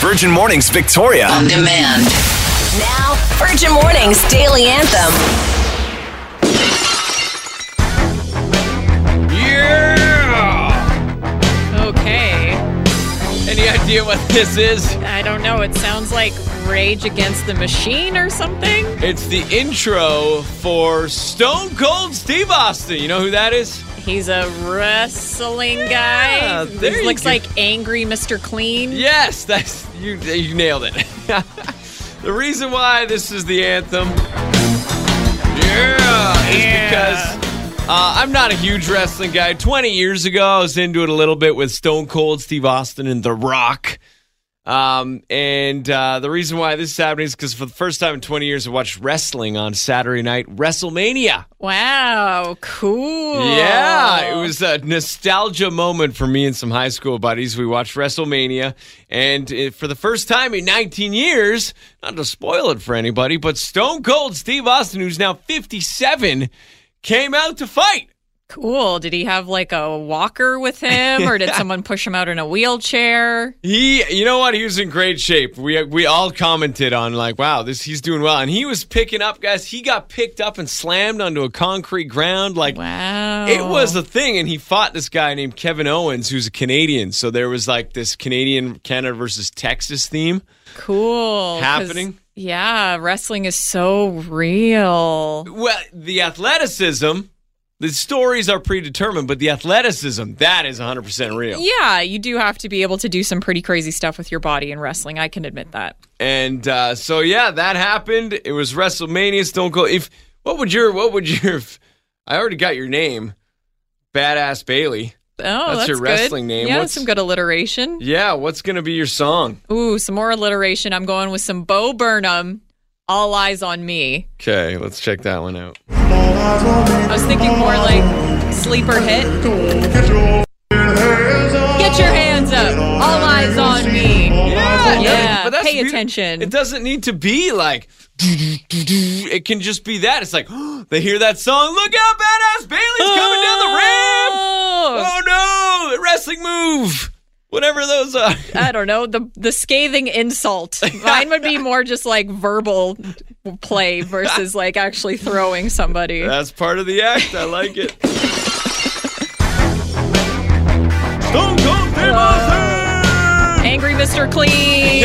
Virgin Mornings Victoria. On demand. Now, Virgin Mornings Daily Anthem. Yeah! Okay. Any idea what this is? I don't know. It sounds like Rage Against the Machine or something. It's the intro for Stone Cold Steve Austin. You know who that is? He's a wrestling Yeah, guy. there This you looks go. like angry Mr. Clean. Yes, that's you. You nailed it. the reason why this is the anthem, yeah, is because uh, I'm not a huge wrestling guy. 20 years ago, I was into it a little bit with Stone Cold, Steve Austin, and The Rock. Um, and uh, the reason why this is happening is because for the first time in 20 years, I watched wrestling on Saturday night WrestleMania. Wow. Cool. Yeah, it was a nostalgia moment for me and some high school buddies. We watched WrestleMania, and it, for the first time in 19 years, not to spoil it for anybody, but Stone Cold Steve Austin, who's now 57, came out to fight. cool. Did he have like a walker with him, or did someone push him out in a wheelchair? He, you know what? He was in great shape. We we all commented on like, wow, this he's doing well, and he was picking up guys. He got picked up and slammed onto a concrete ground. Like, Wow. It was Oh. a thing, and he fought this guy named Kevin Owens, who's a Canadian. So there was like this Canadian Canada versus Texas theme. cool 'cause- happening. Yeah, wrestling is so real. Well, the athleticism, the stories are predetermined, but the athleticism that is 100 percent real. Yeah, you do have to be able to do some pretty crazy stuff with your body in wrestling. I can admit that. And uh, so yeah, that happened. It was WrestleMania. Stone Cold. If what would your what would your if, I already got your name, Badass Bailey. Oh, That's that's, your good. wrestling name. Yeah, What's- some good alliteration. Yeah, what's gonna be your song? Ooh, some more alliteration. I'm going with some Bo Burnham. All eyes on me. Okay, let's check that one out. I was thinking more like sleeper hit. Get your hands up. All eyes on me. Yeah, Yeah, but that's pay beautiful. attention. It doesn't need to be like. doo-doo-doo-doo. It can just be that. It's like they hear that song. Look out, badass Bailey's coming down the ramp. Oh, Oh no, the wrestling move. Whatever those are. I don't know the the scathing insult. Mine would be more just like verbal play versus like actually throwing somebody. That's part of the act. I like it. Stone Cold Steve Austin! Angry Mr. Clean.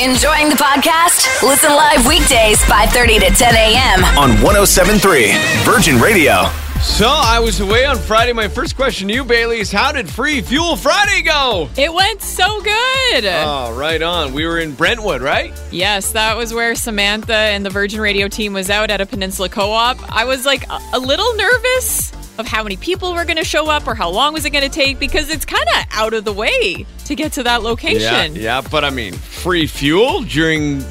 Enjoying the podcast? Listen live weekdays 5:30 to 10 a.m. On 1073 Virgin Radio. So I was away on Friday. My first question to you, Bailey, is how did Free Fuel Friday go? It went so good. Oh, right on. We were in Brentwood, right? yes, that was where Samantha and the Virgin Radio team was out at a Peninsula Co-op. I was like a, a little nervous of how many people were going to show up or how long was it going to take because it's kind of out of the way to get to that location. Yeah, yeah, but I mean, free fuel during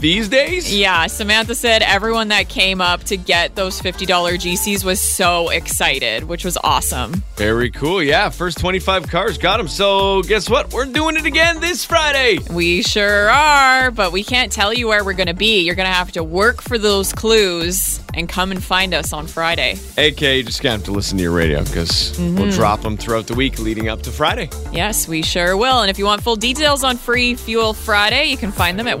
these days? Yeah, Samantha said everyone that came up to get those $50 GCs was so excited, which was awesome. Very cool. Yeah, first 25 cars got them. So, guess what? We're doing it again this Friday. We sure are, but we can't tell you where we're going to be. You're going to have to work for those clues and come and find us on Friday. AK, you just gonna have to listen to your radio because Mm-hmm. we'll drop them throughout the week leading up to Friday. Yes, we sure will. And if you want full details on Free Fuel Friday, you can find them at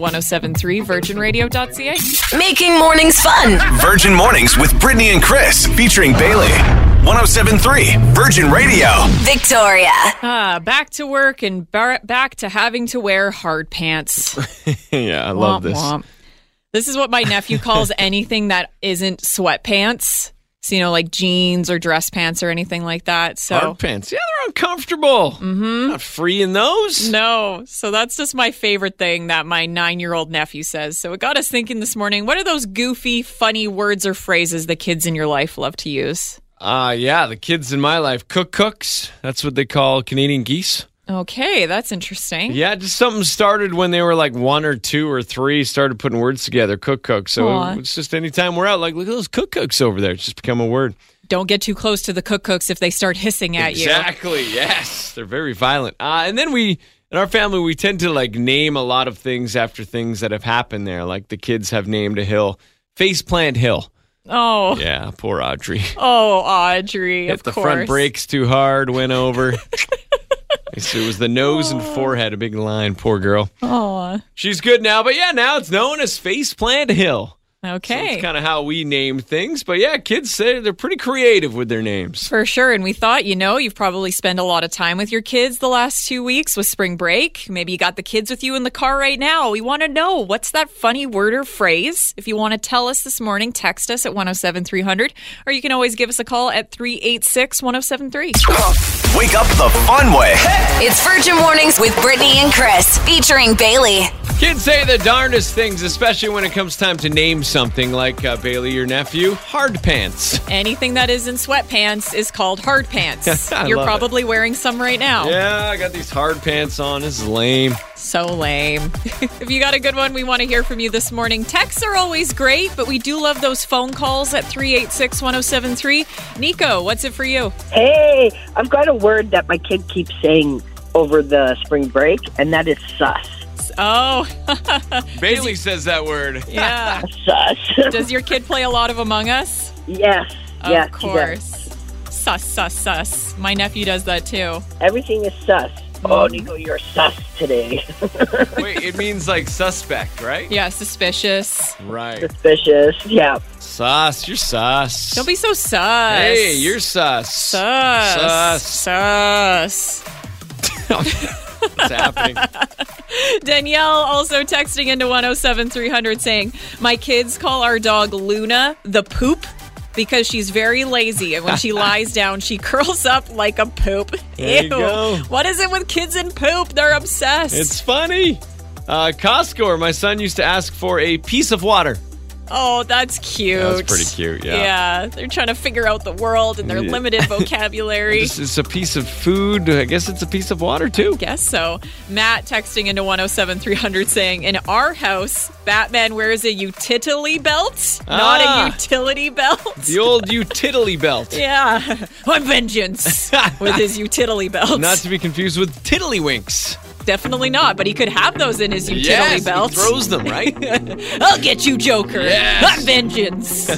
1073virginradio.ca. Making mornings fun. Virgin Mornings with Brittany and Chris featuring Bailey. 1073 Virgin Radio. Victoria. Ah, back to work and bar- back to having to wear hard pants. yeah, I love Womp this. womp. This is what my nephew calls anything that isn't sweatpants. So, you know, like jeans or dress pants or anything like that. So, Hard pants. Yeah, they're uncomfortable. Mm-hmm. Not free in those. no. So, that's just my favorite thing that my nine year old nephew says. So, it got us thinking this morning what are those goofy, funny words or phrases the kids in your life love to use? Uh, yeah, the kids in my life, cook cooks. That's what they call Canadian geese. Okay, that's interesting. Yeah, just something started when they were like one or two or three, started putting words together, cook cook. So Aw. it's just anytime we're out, like, look at those cook cooks over there. It's just become a word. Don't get too close to the cook cooks if they start hissing at you. Exactly. Yes. They're very violent. Uh, and then we, in our family, we tend to like name a lot of things after things that have happened there. Like the kids have named a hill Faceplant Hill. Oh, Yeah, poor Audrey. oh, Audrey. if of the course. front brakes too hard, went over. It was the nose and forehead, a big line. Poor girl. Oh, She's good now, but yeah, now it's known as Faceplant Hill. So okay. That's kind of how we name things. But yeah, kids say they're pretty creative with their names. For sure. And we thought, you know, you've probably spent a lot of time with your kids the last two weeks with spring break. Maybe you got the kids with you in the car right now. We want to know what's that funny word or phrase? If you want to tell us this morning, text us at 107300, or you can always give us a call at 386 1073. Wake up the fun way. It's Virgin Mornings with Brittany and Chris, featuring Bailey. Kids say the darndest things, especially when it comes time to name something like uh, Bailey, your nephew, Hard Pants. Anything that is in sweatpants is called hard pants. I You're love it. probably wearing some right now. Yeah, I got these hard pants on. This is lame. So lame. if you got a good one, we want to hear from you this morning. Texts are always great, but we do love those phone calls at 386 1073. Nico, what's it for you? Hey, I've got a word that my kid keeps saying over the spring break, and that is sus. Oh, Bailey says that word. yeah. Sus. Does your kid play a lot of Among Us? yes. Of yes. she does. course. Sus, sus, sus. My nephew does that too. Everything is sus. Oh, Nico, you're sus today. Wait, it means like suspect, right? Yeah, suspicious. Right. Suspicious. Yeah. Sus, you're sus. Don't be so sus. Hey, you're sus. sus. Sus. Sus. What's happening? Danielle also texting into 107300 saying, My kids call our dog Luna the poop because she's very lazy. And when she lies down, she curls up like a poop. There you go. What is it with kids and poop? They're obsessed. It's funny. Uh, Costco, or my son used to ask for a piece of water. oh, that's cute. That's pretty cute, yeah. Yeah. They're trying to figure out the world and their Yeah. limited vocabulary. This is a piece of food. I guess it's a piece of water, too. Guess so. Matt texting into 107300 saying, In our house, Batman wears a utility belt, Ah. not a utility belt. The old utility belt. Yeah, on vengeance with his utility belt. Not to be confused with tiddlywinks. Definitely not, but he could have those in his utility yes, belt. He throws them, right? I'll get you, Joker. Yes. On vengeance.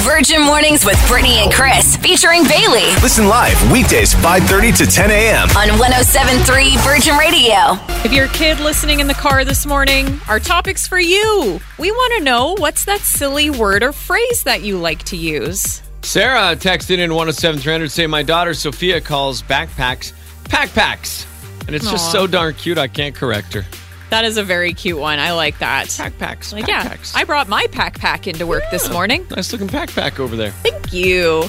Virgin Mornings with Brittany and Chris, featuring Bailey Listen live weekdays 5:30 to 10 a.m. on 1073 Virgin Radio. if you're a kid listening in the car this morning, our topic's for you. We want to know what's that silly word or phrase that you like to use? Sarah texted in 107300 saying, My daughter Sophia calls backpacks packpacks. And it's just Aw. so darn cute, I can't correct her. That is a very cute one. I like that. Backpacks. Like, yeah, backpacks. I brought my backpack into work this morning. Nice looking backpack over there. Thank you.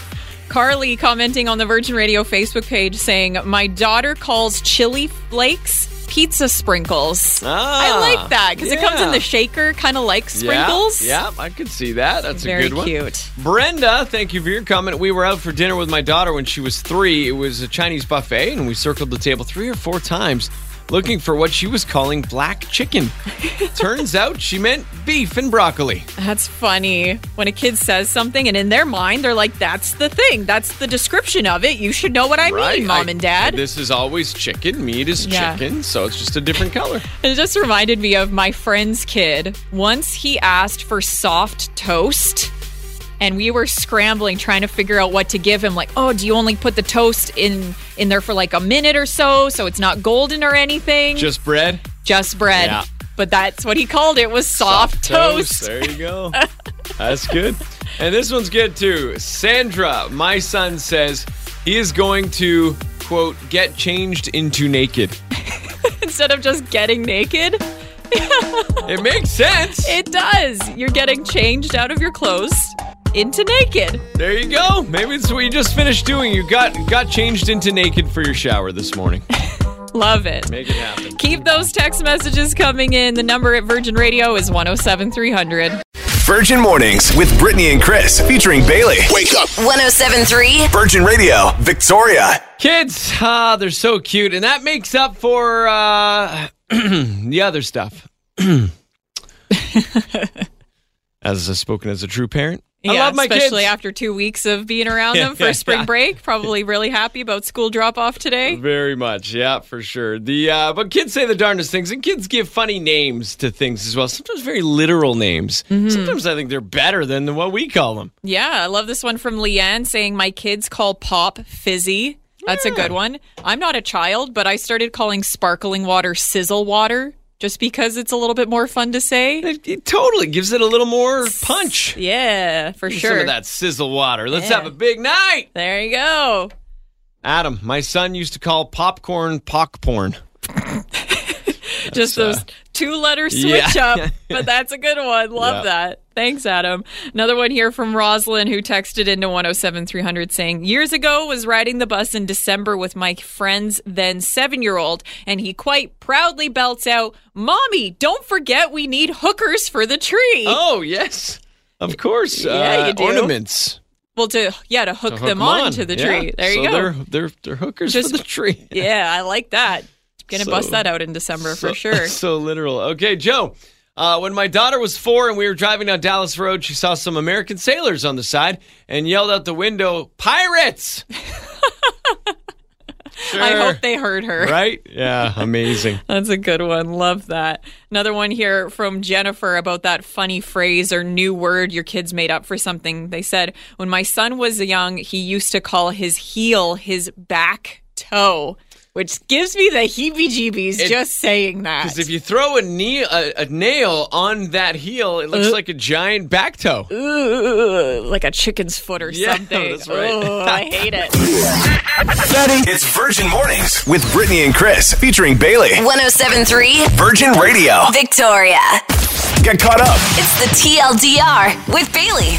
Carly commenting on the Virgin Radio Facebook page saying, My daughter calls chili flakes pizza sprinkles. Ah, I like that because it comes in yeah. the shaker, kind of like sprinkles. Yeah, yeah, I could see that. That's Very a good one. cute. Brenda, thank you for your comment. We were out for dinner with my daughter when she was three. It was a Chinese buffet, and we circled the table three or four times looking for what she was calling black chicken. Turns out she meant beef and broccoli. That's funny. When a kid says something and in their mind they're like, That's the thing. That's the description of it. You should know what I mean, mom I- and dad. This is always chicken. Meat is Yeah. chicken, so it's just a different color. It just reminded me of my friend's kid. Once he asked for soft toast, and we were scrambling trying to figure out what to give him. Like, oh, do you only put the toast in in there for like a minute or so, so it's not golden or anything? Just bread. Just bread. Yeah. But that's what he called it was soft, toast. There you go. That's good. And this one's good too. Sandra, my son says he is going to quote get changed into naked. Instead of just getting naked, It makes sense. it does. You're getting changed out of your clothes into naked. There you go. Maybe it's what you just finished doing. You got got changed into naked for your shower this morning. Love it. Make it happen. Keep those text messages coming in. The number at Virgin Radio is 107300. Virgin Mornings with Brittany and Chris featuring Bailey. Wake up. 1073 Virgin Radio, Victoria. Kids, ah, they're so cute, and that makes up for uh, the other stuff. as uh, spoken as a true parent, I love my kids. especially after two weeks of being around them for Yeah. Mm-hmm. spring break. Probably really happy about school drop off today. Very much, yeah, for sure. The uh, but kids say the darndest things, and kids give funny names to things as well. Sometimes very literal names. Mm-hmm. Sometimes I think they're better than the- what we call them. Yeah, I love this one from Leanne saying my kids call pop fizzy. That's a good one. I'm not a child, but I started calling sparkling water sizzle water just because it's a little bit more fun to say. It, it totally gives it a little more punch. Yeah, for sure. Some of that sizzle water. Let's Yeah. have a big night. There you go. Adam, my son used to call popcorn pock porn. just those two letter switch uh, yeah. up, but that's a good one. Love Yeah. that. Thanks, Adam. Another one here from Roslyn who texted into 107300 saying, Years ago was riding the bus in December with my friend's then seven year old, and he quite proudly belts out, Mommy, don't forget we need hookers for the tree. Oh, yes. Of course. Yeah, uh, you do. Ornaments. Well to yeah, to hook, To hook them on, to the Yeah. tree. There you So go. They're, they're, they're hookers Just- for the tree. Yeah, I like that. Gonna bust So- that out in December So- for sure. So literal. Okay, Joe. Uh, when my daughter was four and we were driving down Dallas Road, she saw some American sailors on the side and yelled out the window, "Pirates!" sure. I hope they heard her. Right? Yeah, amazing. That's a good one. Love that. Another one here from Jennifer about that funny phrase or new word your kids made up for something. They said, when my son was young, he used to call his heel his back toe, which gives me the heebie jeebies It- just saying that. Because if you throw a, knee, a, a nail on that heel, it Uh, looks like a giant back toe. Ooh, like a chicken's foot or Yeah, something. that's right. Ooh, I hate it. It's Virgin Mornings with Brittany and Chris featuring Bailey. 1073 Virgin Radio. Victoria. Get caught up. It's the TLDR with Bailey.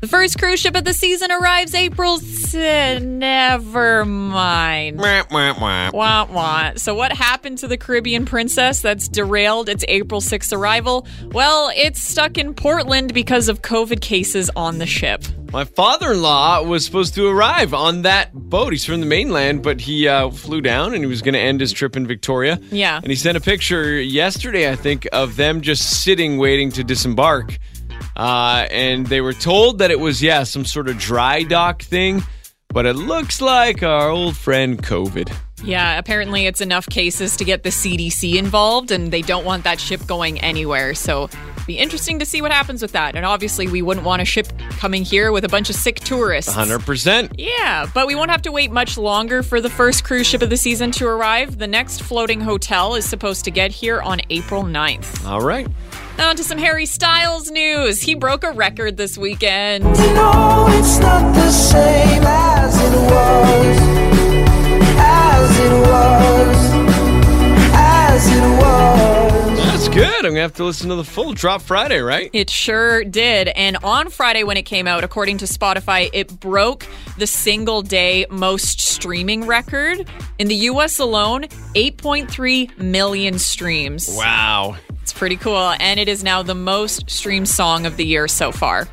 the first cruise ship of the season arrives April. s- Never mind. Mwah, mwah, mwah. Wah, wah. So, what happened to the Caribbean princess that's derailed its April 6th arrival? Well, it's stuck in Portland because of COVID cases on the ship. My father in law was supposed to arrive on that boat. He's from the mainland, but he uh, flew down and he was going to end his trip in Victoria. Yeah. And he sent a picture yesterday, I think, of them just sitting waiting to disembark. Uh, and they were told that it was, yeah, some sort of dry dock thing, but it looks like our old friend COVID. Yeah, apparently it's enough cases to get the CDC involved, and they don't want that ship going anywhere. So, be interesting to see what happens with that. And obviously, we wouldn't want a ship coming here with a bunch of sick tourists. 100%. Yeah, but we won't have to wait much longer for the first cruise ship of the season to arrive. The next floating hotel is supposed to get here on April 9th. All right. Now on to some Harry Styles news. He broke a record this weekend. No, it's not the same as it was, as it was, as it was. That's good. I'm going to have to listen to the full drop Friday, right? It sure did. And on Friday, when it came out, according to Spotify, it broke the single day most streaming record. In the US alone, 8.3 million streams. Wow. It's pretty cool. And it is now the most streamed song of the year so far.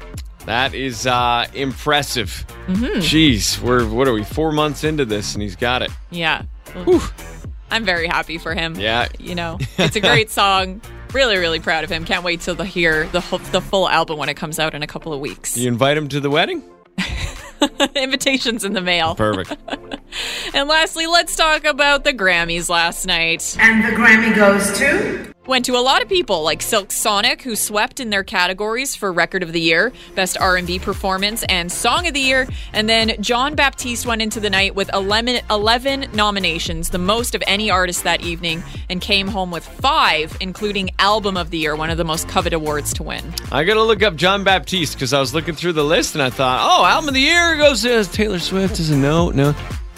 That is uh, impressive. Mm-hmm. Jeez, we're what are we four months into this, and he's got it. Yeah. I'm very happy for him. Yeah. You know, it's a great song. Really, really proud of him. Can't wait till the hear the whole, the full album when it comes out in a couple of weeks. You invite him to the wedding? Invitations in the mail. Perfect. And lastly, let's talk about the Grammys last night. And the Grammy goes to. Went to a lot of people like Silk Sonic who swept in their categories for record of the year, best R&B performance and song of the year, and then John Baptiste went into the night with 11, 11 nominations, the most of any artist that evening, and came home with 5 including album of the year, one of the most coveted awards to win. I gotta look up John Baptiste because I was looking through the list and I thought, oh, album of the year goes to Taylor Swift. Is it no, no,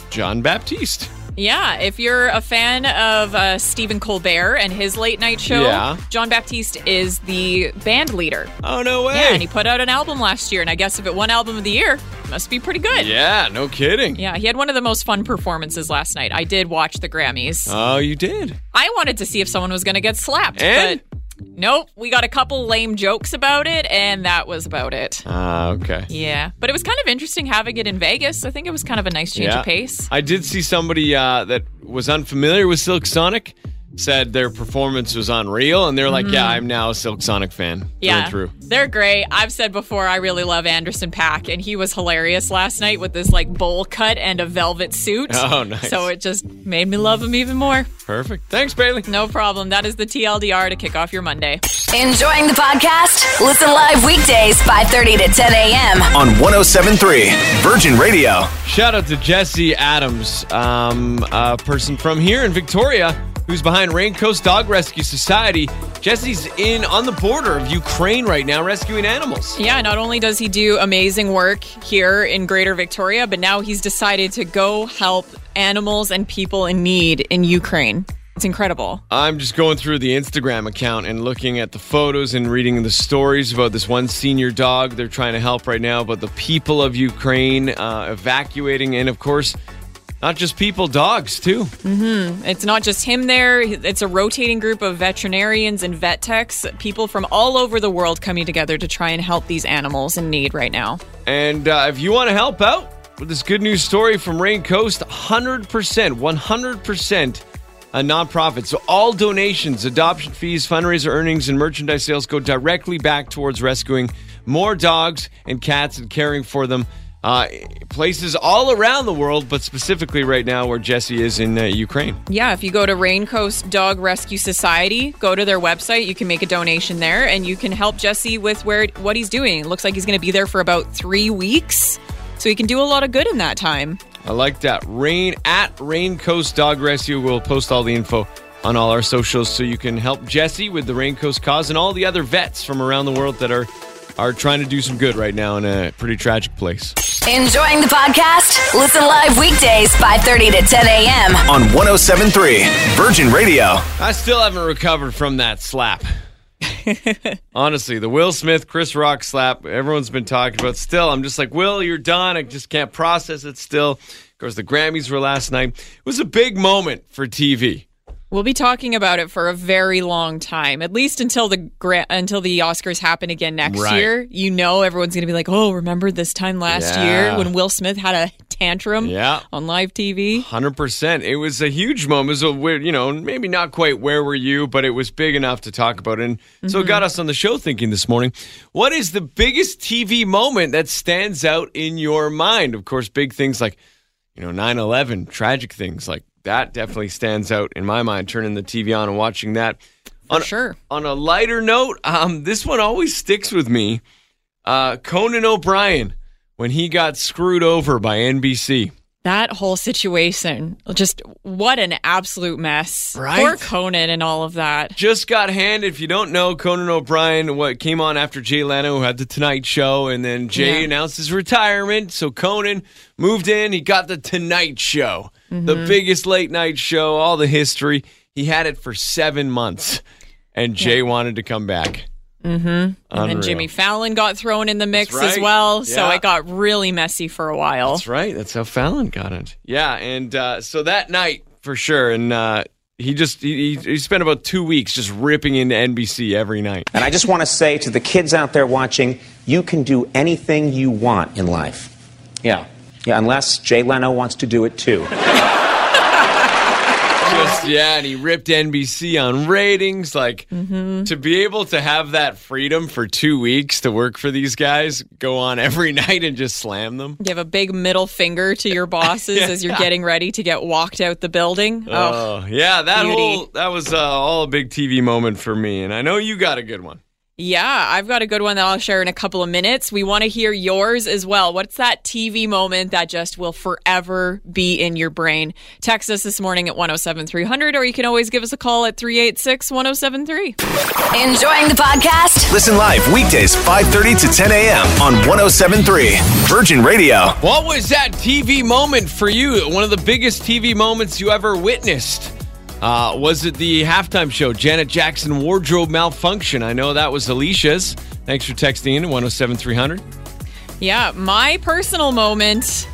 John Baptiste. Yeah, if you're a fan of uh, Stephen Colbert and his late night show, Yeah. John Baptiste is the band leader. Oh no way. Yeah, and he put out an album last year, and I guess if it won album of the year, it must be pretty good. Yeah, no kidding. Yeah, he had one of the most fun performances last night. I did watch the Grammys. Oh, you did. I wanted to see if someone was going to get slapped, And? but nope. We got a couple lame jokes about it, and that was about it. Ah, okay. Yeah, but it was kind of interesting having it in Vegas. I think it was kind of a nice change Yeah. of pace. I did see somebody uh, that was unfamiliar with Silk Sonic said their performance was unreal, and they're like, "Yeah, I'm now a Silk Sonic fan." through Mm-hmm. Yeah, and through. they're great. I've said before, I really love Anderson Pack, and he was hilarious last night with this like bowl cut and a velvet suit. Oh, nice. So it just made me love him even more. Perfect. Thanks, Bailey. No problem. That is the TLDR to kick off your Monday. Enjoying the podcast? Listen live weekdays 5:30 to 10 a.m. on 1073 Virgin Radio. Shout out to Jesse Adams, um, a person from here in Victoria who's behind Raincoast Dog Rescue Society. Jesse's in on the border of Ukraine right now rescuing animals. Yeah, not only does he do amazing work here in Greater Victoria, but now he's decided to go help animals and people in need in Ukraine. It's incredible. I'm just going through the Instagram account and looking at the photos and reading the stories about this one senior dog they're trying to help right now, but the people of Ukraine uh, evacuating, and of course, not just people, dogs too. It's not just him there, it's a rotating group of veterinarians and vet techs, people from all over the world coming together to try and help these animals in need right now. And uh, if you want to help out with this good news story from Rain Coast, 100%, 100% a nonprofit. So all donations, adoption fees, fundraiser earnings, and merchandise sales go directly back towards rescuing more dogs and cats and caring for them. Uh, places all around the world, but specifically right now where Jesse is in uh, Ukraine. Yeah, if you go to Raincoast Dog Rescue Society, go to their website, you can make a donation there and you can help Jesse with where what he's doing. It looks like he's going to be there for about 3 weeks, so he can do a lot of good in that time. I like that. Rain at Rain Coast Dog Rescue. We'll post all the info on all our socials so you can help Jesse with the Rain Coast cause and all the other vets from around the world that are are trying to do some good right now in a pretty tragic place. Enjoying the podcast? Listen live weekdays 5:30 to 10 a.m. On 1073 Virgin Radio. I still haven't recovered from that slap. Honestly, the Will Smith Chris Rock slap everyone's been talking about. Still, I'm just like, Will, you're done. I just can't process it. Still, of course, the Grammys were last night. It was a big moment for TV. We'll be talking about it for a very long time, at least until the gra- until the Oscars happen again next Right. year. You know, everyone's going to be like, "Oh, remember this time last Yeah. year when Will Smith had a tantrum Yeah. on live TV?" Hundred percent. It was a huge moment. It was a weird, you know, maybe not quite where were you, but it was big enough to talk about. And so it got us on the show thinking this morning, what is the biggest TV moment that stands out in your mind? Of course, big things like, you know, 9-11, tragic things like that definitely stands out in my mind, turning the TV on and watching that. For on, sure. on a lighter note, um, this one always sticks with me. Uh, Conan O'Brien, when he got screwed over by NBC. That whole situation, just what an absolute mess. Right? Poor Conan and all of that. just got handed. If you don't know, Conan O'Brien, what came on after Jay Leno, who had the Tonight Show, and then Jay Yeah. announced his retirement. So Conan moved in. He got the Tonight Show, the Mm-hmm. biggest late night show, all the history. He had it for seven months, and Jay wanted to come back. Mm-hmm. And Jimmy Fallon got thrown in the mix That's as right. well, so Yeah. it got really messy for a while. That's right. That's how Fallon got it. Yeah, and uh, so that night for sure, and uh, he just he, he he spent about two weeks just ripping into NBC every night. And I just want to say to the kids out there watching, you can do anything you want in life. Yeah. Yeah, unless Jay Leno wants to do it too. just yeah, and he ripped NBC on ratings. Like to be able to have that freedom for two weeks to work for these guys, go on every night and just slam them. Give a big middle finger to your bosses as you're getting ready to get walked out the building. Oh, Oh yeah, that Beauty. whole that was uh, all a big TV moment for me, and I know you got a good one. yeah. I've got a good one that I'll share in a couple of minutes. We want to hear yours as well. What's that TV moment that just will forever be in your brain? Text us this morning at 107300, or you can always give us a call at 386 1073. Enjoying the podcast? Listen live weekdays 5:30 to 10 a.m. on 1073 Virgin Radio. What was that TV moment for you? One of the biggest TV moments you ever witnessed. Uh, was it the halftime show, Janet Jackson wardrobe malfunction? I know that was Alicia's. Thanks for texting in 107300. Yeah, my personal moment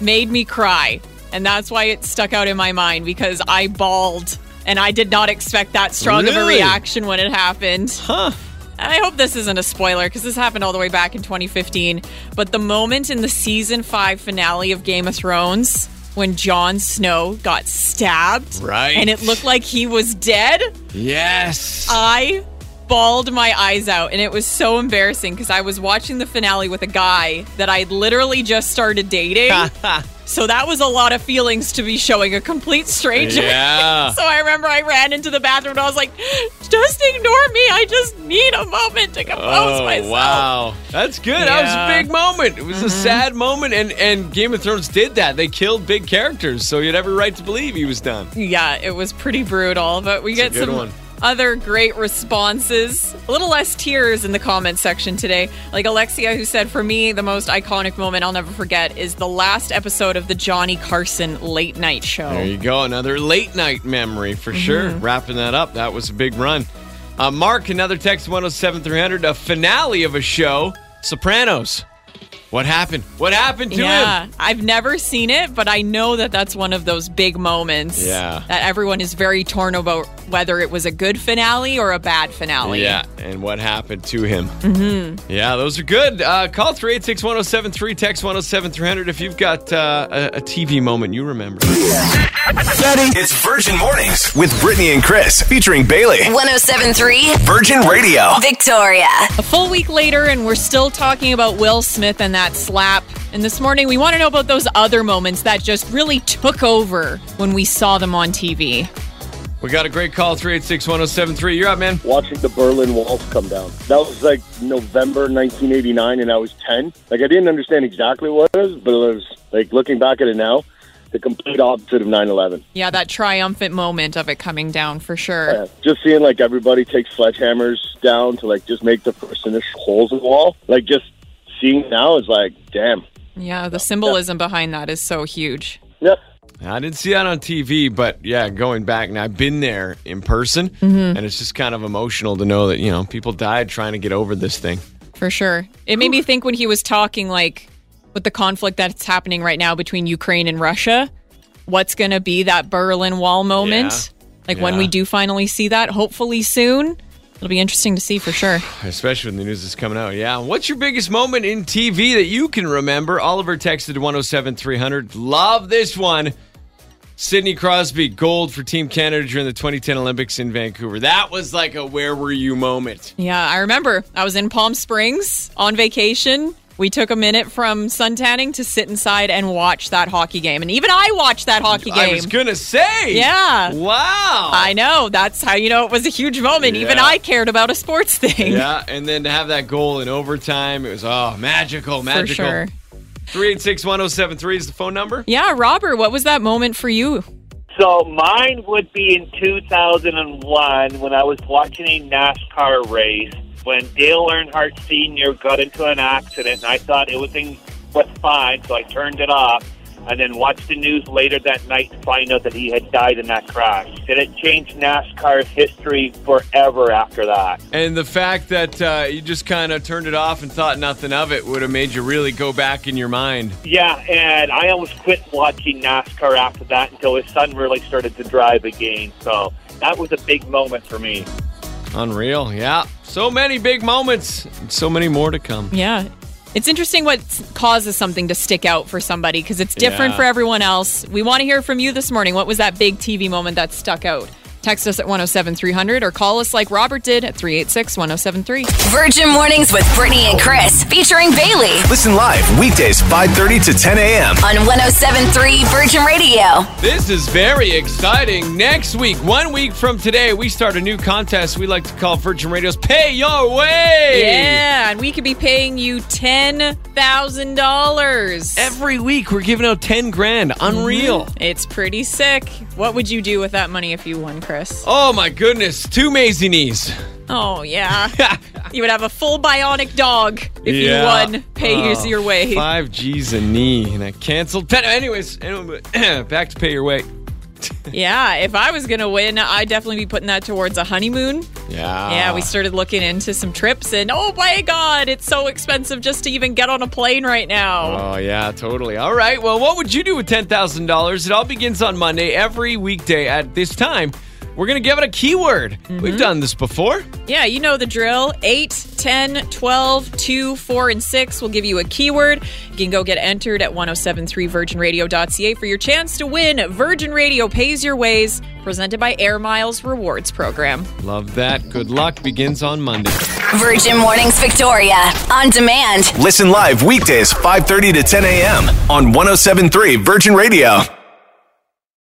made me cry. And that's why it stuck out in my mind because I bawled and I did not expect that strong of a Really? reaction when it happened. Huh. And I hope this isn't a spoiler because this happened all the way back in 2015. But the moment in the season five finale of Game of Thrones when Jon Snow got stabbed. Right. And it looked like he was dead. Uh, Yes. I bawled my eyes out and it was so embarrassing because I was watching the finale with a guy that I literally just started dating. so that was a lot of feelings to be showing a complete stranger. Yeah. so I remember I ran into the bathroom and I was like, just ignore me. I just need a moment to compose Oh myself. wow, that's good. That was a Yeah. Mm-hmm. big moment. It was a sad moment, and and Game of Thrones did that. They killed big characters, so you had every right to believe he was done. Yeah, it was pretty brutal, but we It's a get good some one. other great responses. A little less tears in the comment section today. Like Alexia, who said, For me, the most iconic moment I'll never forget is the last episode of the Johnny Carson late night There show. you go, another late night memory for Mm-hmm. sure. Wrapping that up, that was a big run. Uh, Mark, another text 107-300, a finale of a show, Sopranos. What happened? What happened to him? Yeah, I've never seen it, but I know that that's one of those big moments Yeah. that everyone is very torn about whether it was a good finale or a bad finale. Yeah, and what happened to him? Mm-hmm. Yeah, those are good. Uh, call 386 1073, text 107300 if you've got uh, a, a TV moment you remember. It's Virgin Mornings with Brittany and Chris featuring Bailey. 1073 Virgin Radio. Victoria. A full week later, and we're still talking about Will Smith and that slap. And this morning, we want to know about those other moments that just really took over when we saw them on TV. We got a great call 386 1073. You're up, man. watching the Berlin Walls come down. That was like November 1989, and I was 10. Like, I didn't understand exactly what it was, but it was like looking back at it now, the complete opposite of 9 11. Yeah, that triumphant moment of it coming down for sure. Just seeing like everybody take sledgehammers down to like just make the first initial holes in the wall, like, just seeing it now is like, damn. Yeah, the symbolism behind that is so huge. Yeah. I didn't see that on TV, but yeah, going back, and I've been there in person, and it's just kind of emotional to know that, you know, people died trying to get over this thing. For sure. It made me think when he was talking, like, with the conflict that's happening right now between Ukraine and Russia, what's going to be that Berlin Wall moment? Like, when Yeah. we do finally see that, hopefully soon. It'll be interesting to see for sure. Especially when the news is coming out. Yeah. What's your biggest moment in TV that you can remember? Oliver texted 107300. Love this one. Sidney Crosby, gold for Team Canada during the 2010 Olympics in Vancouver. That was like a where were you moment. Yeah, I remember. I was in Palm Springs on vacation. We took a minute from suntanning to sit inside and watch that hockey game. And even I watched that hockey game. I was going to say. Yeah. Wow. I know. That's how you know it was a huge moment. Even Yeah. I cared about a sports thing. Yeah. And then to have that goal in overtime, it was, oh, magical, For magical. sure. 386 1073 is the phone number. Yeah, Robert, what was that moment for you? So mine would be in 2001 when I was watching a NASCAR race when Dale Earnhardt Sr. got into an accident, and I thought everything was fine, so I turned it off. And then watched the news later that night to find out that he had died in that crash. And it changed NASCAR's history forever after that. And the fact that uh, you just kind of turned it off and thought nothing of it would have made you really go back in your mind. Yeah, and I almost quit watching NASCAR after that until his son really started to drive again. So that was a big moment for me. Unreal, yeah. So many big moments, and so many more to come. Yeah. It's interesting what s- causes something to stick out for somebody because it's different Yeah. for everyone else. We want to hear from you this morning. What was that big TV moment that stuck out? Text us at 107300 or call us like Robert did at 386 1073. Virgin Mornings with Brittany and Chris featuring Bailey Listen live weekdays 5:30 to 10 a.m. on 1073 Virgin Radio. This is very exciting. Next week, one week from today, we start a new contest we like to call Virgin Radio's Pay Your Way. Yeah, and we could be paying you $10,000. Every week, we're giving out 10 grand. Unreal. It's pretty sick. What would you do with that money if you won, Chris? Oh my goodness, two Maisie knees. Oh, yeah. you would have a full bionic dog if Yeah. you won. Pay Oh, your way. Five G's a knee, and I canceled. Ten. Anyways, anyway, back to Pay Your Way. Yeah, if I was gonna win, I'd definitely be putting that towards a honeymoon. Yeah. yeah, we started looking into some trips, and oh my god, it's so expensive just to even get on a plane right now. Oh, yeah, totally. All right. Well, what would you do with $10,000? It all begins on Monday, every weekday at this time. We're going to give it a keyword. We've done this before. Yeah, you know the drill. 8, 10, 12, 2, 4, and 6 will give you a keyword. You can go get entered at 1073virginradio.ca for your chance to win Virgin Radio Pays Your Ways, presented by Air Miles Rewards Program. Love that. Good luck. Begins on Monday. Virgin Mornings Victoria on demand. Listen live weekdays 5:30 to 10 a.m. on 1073 Virgin Radio.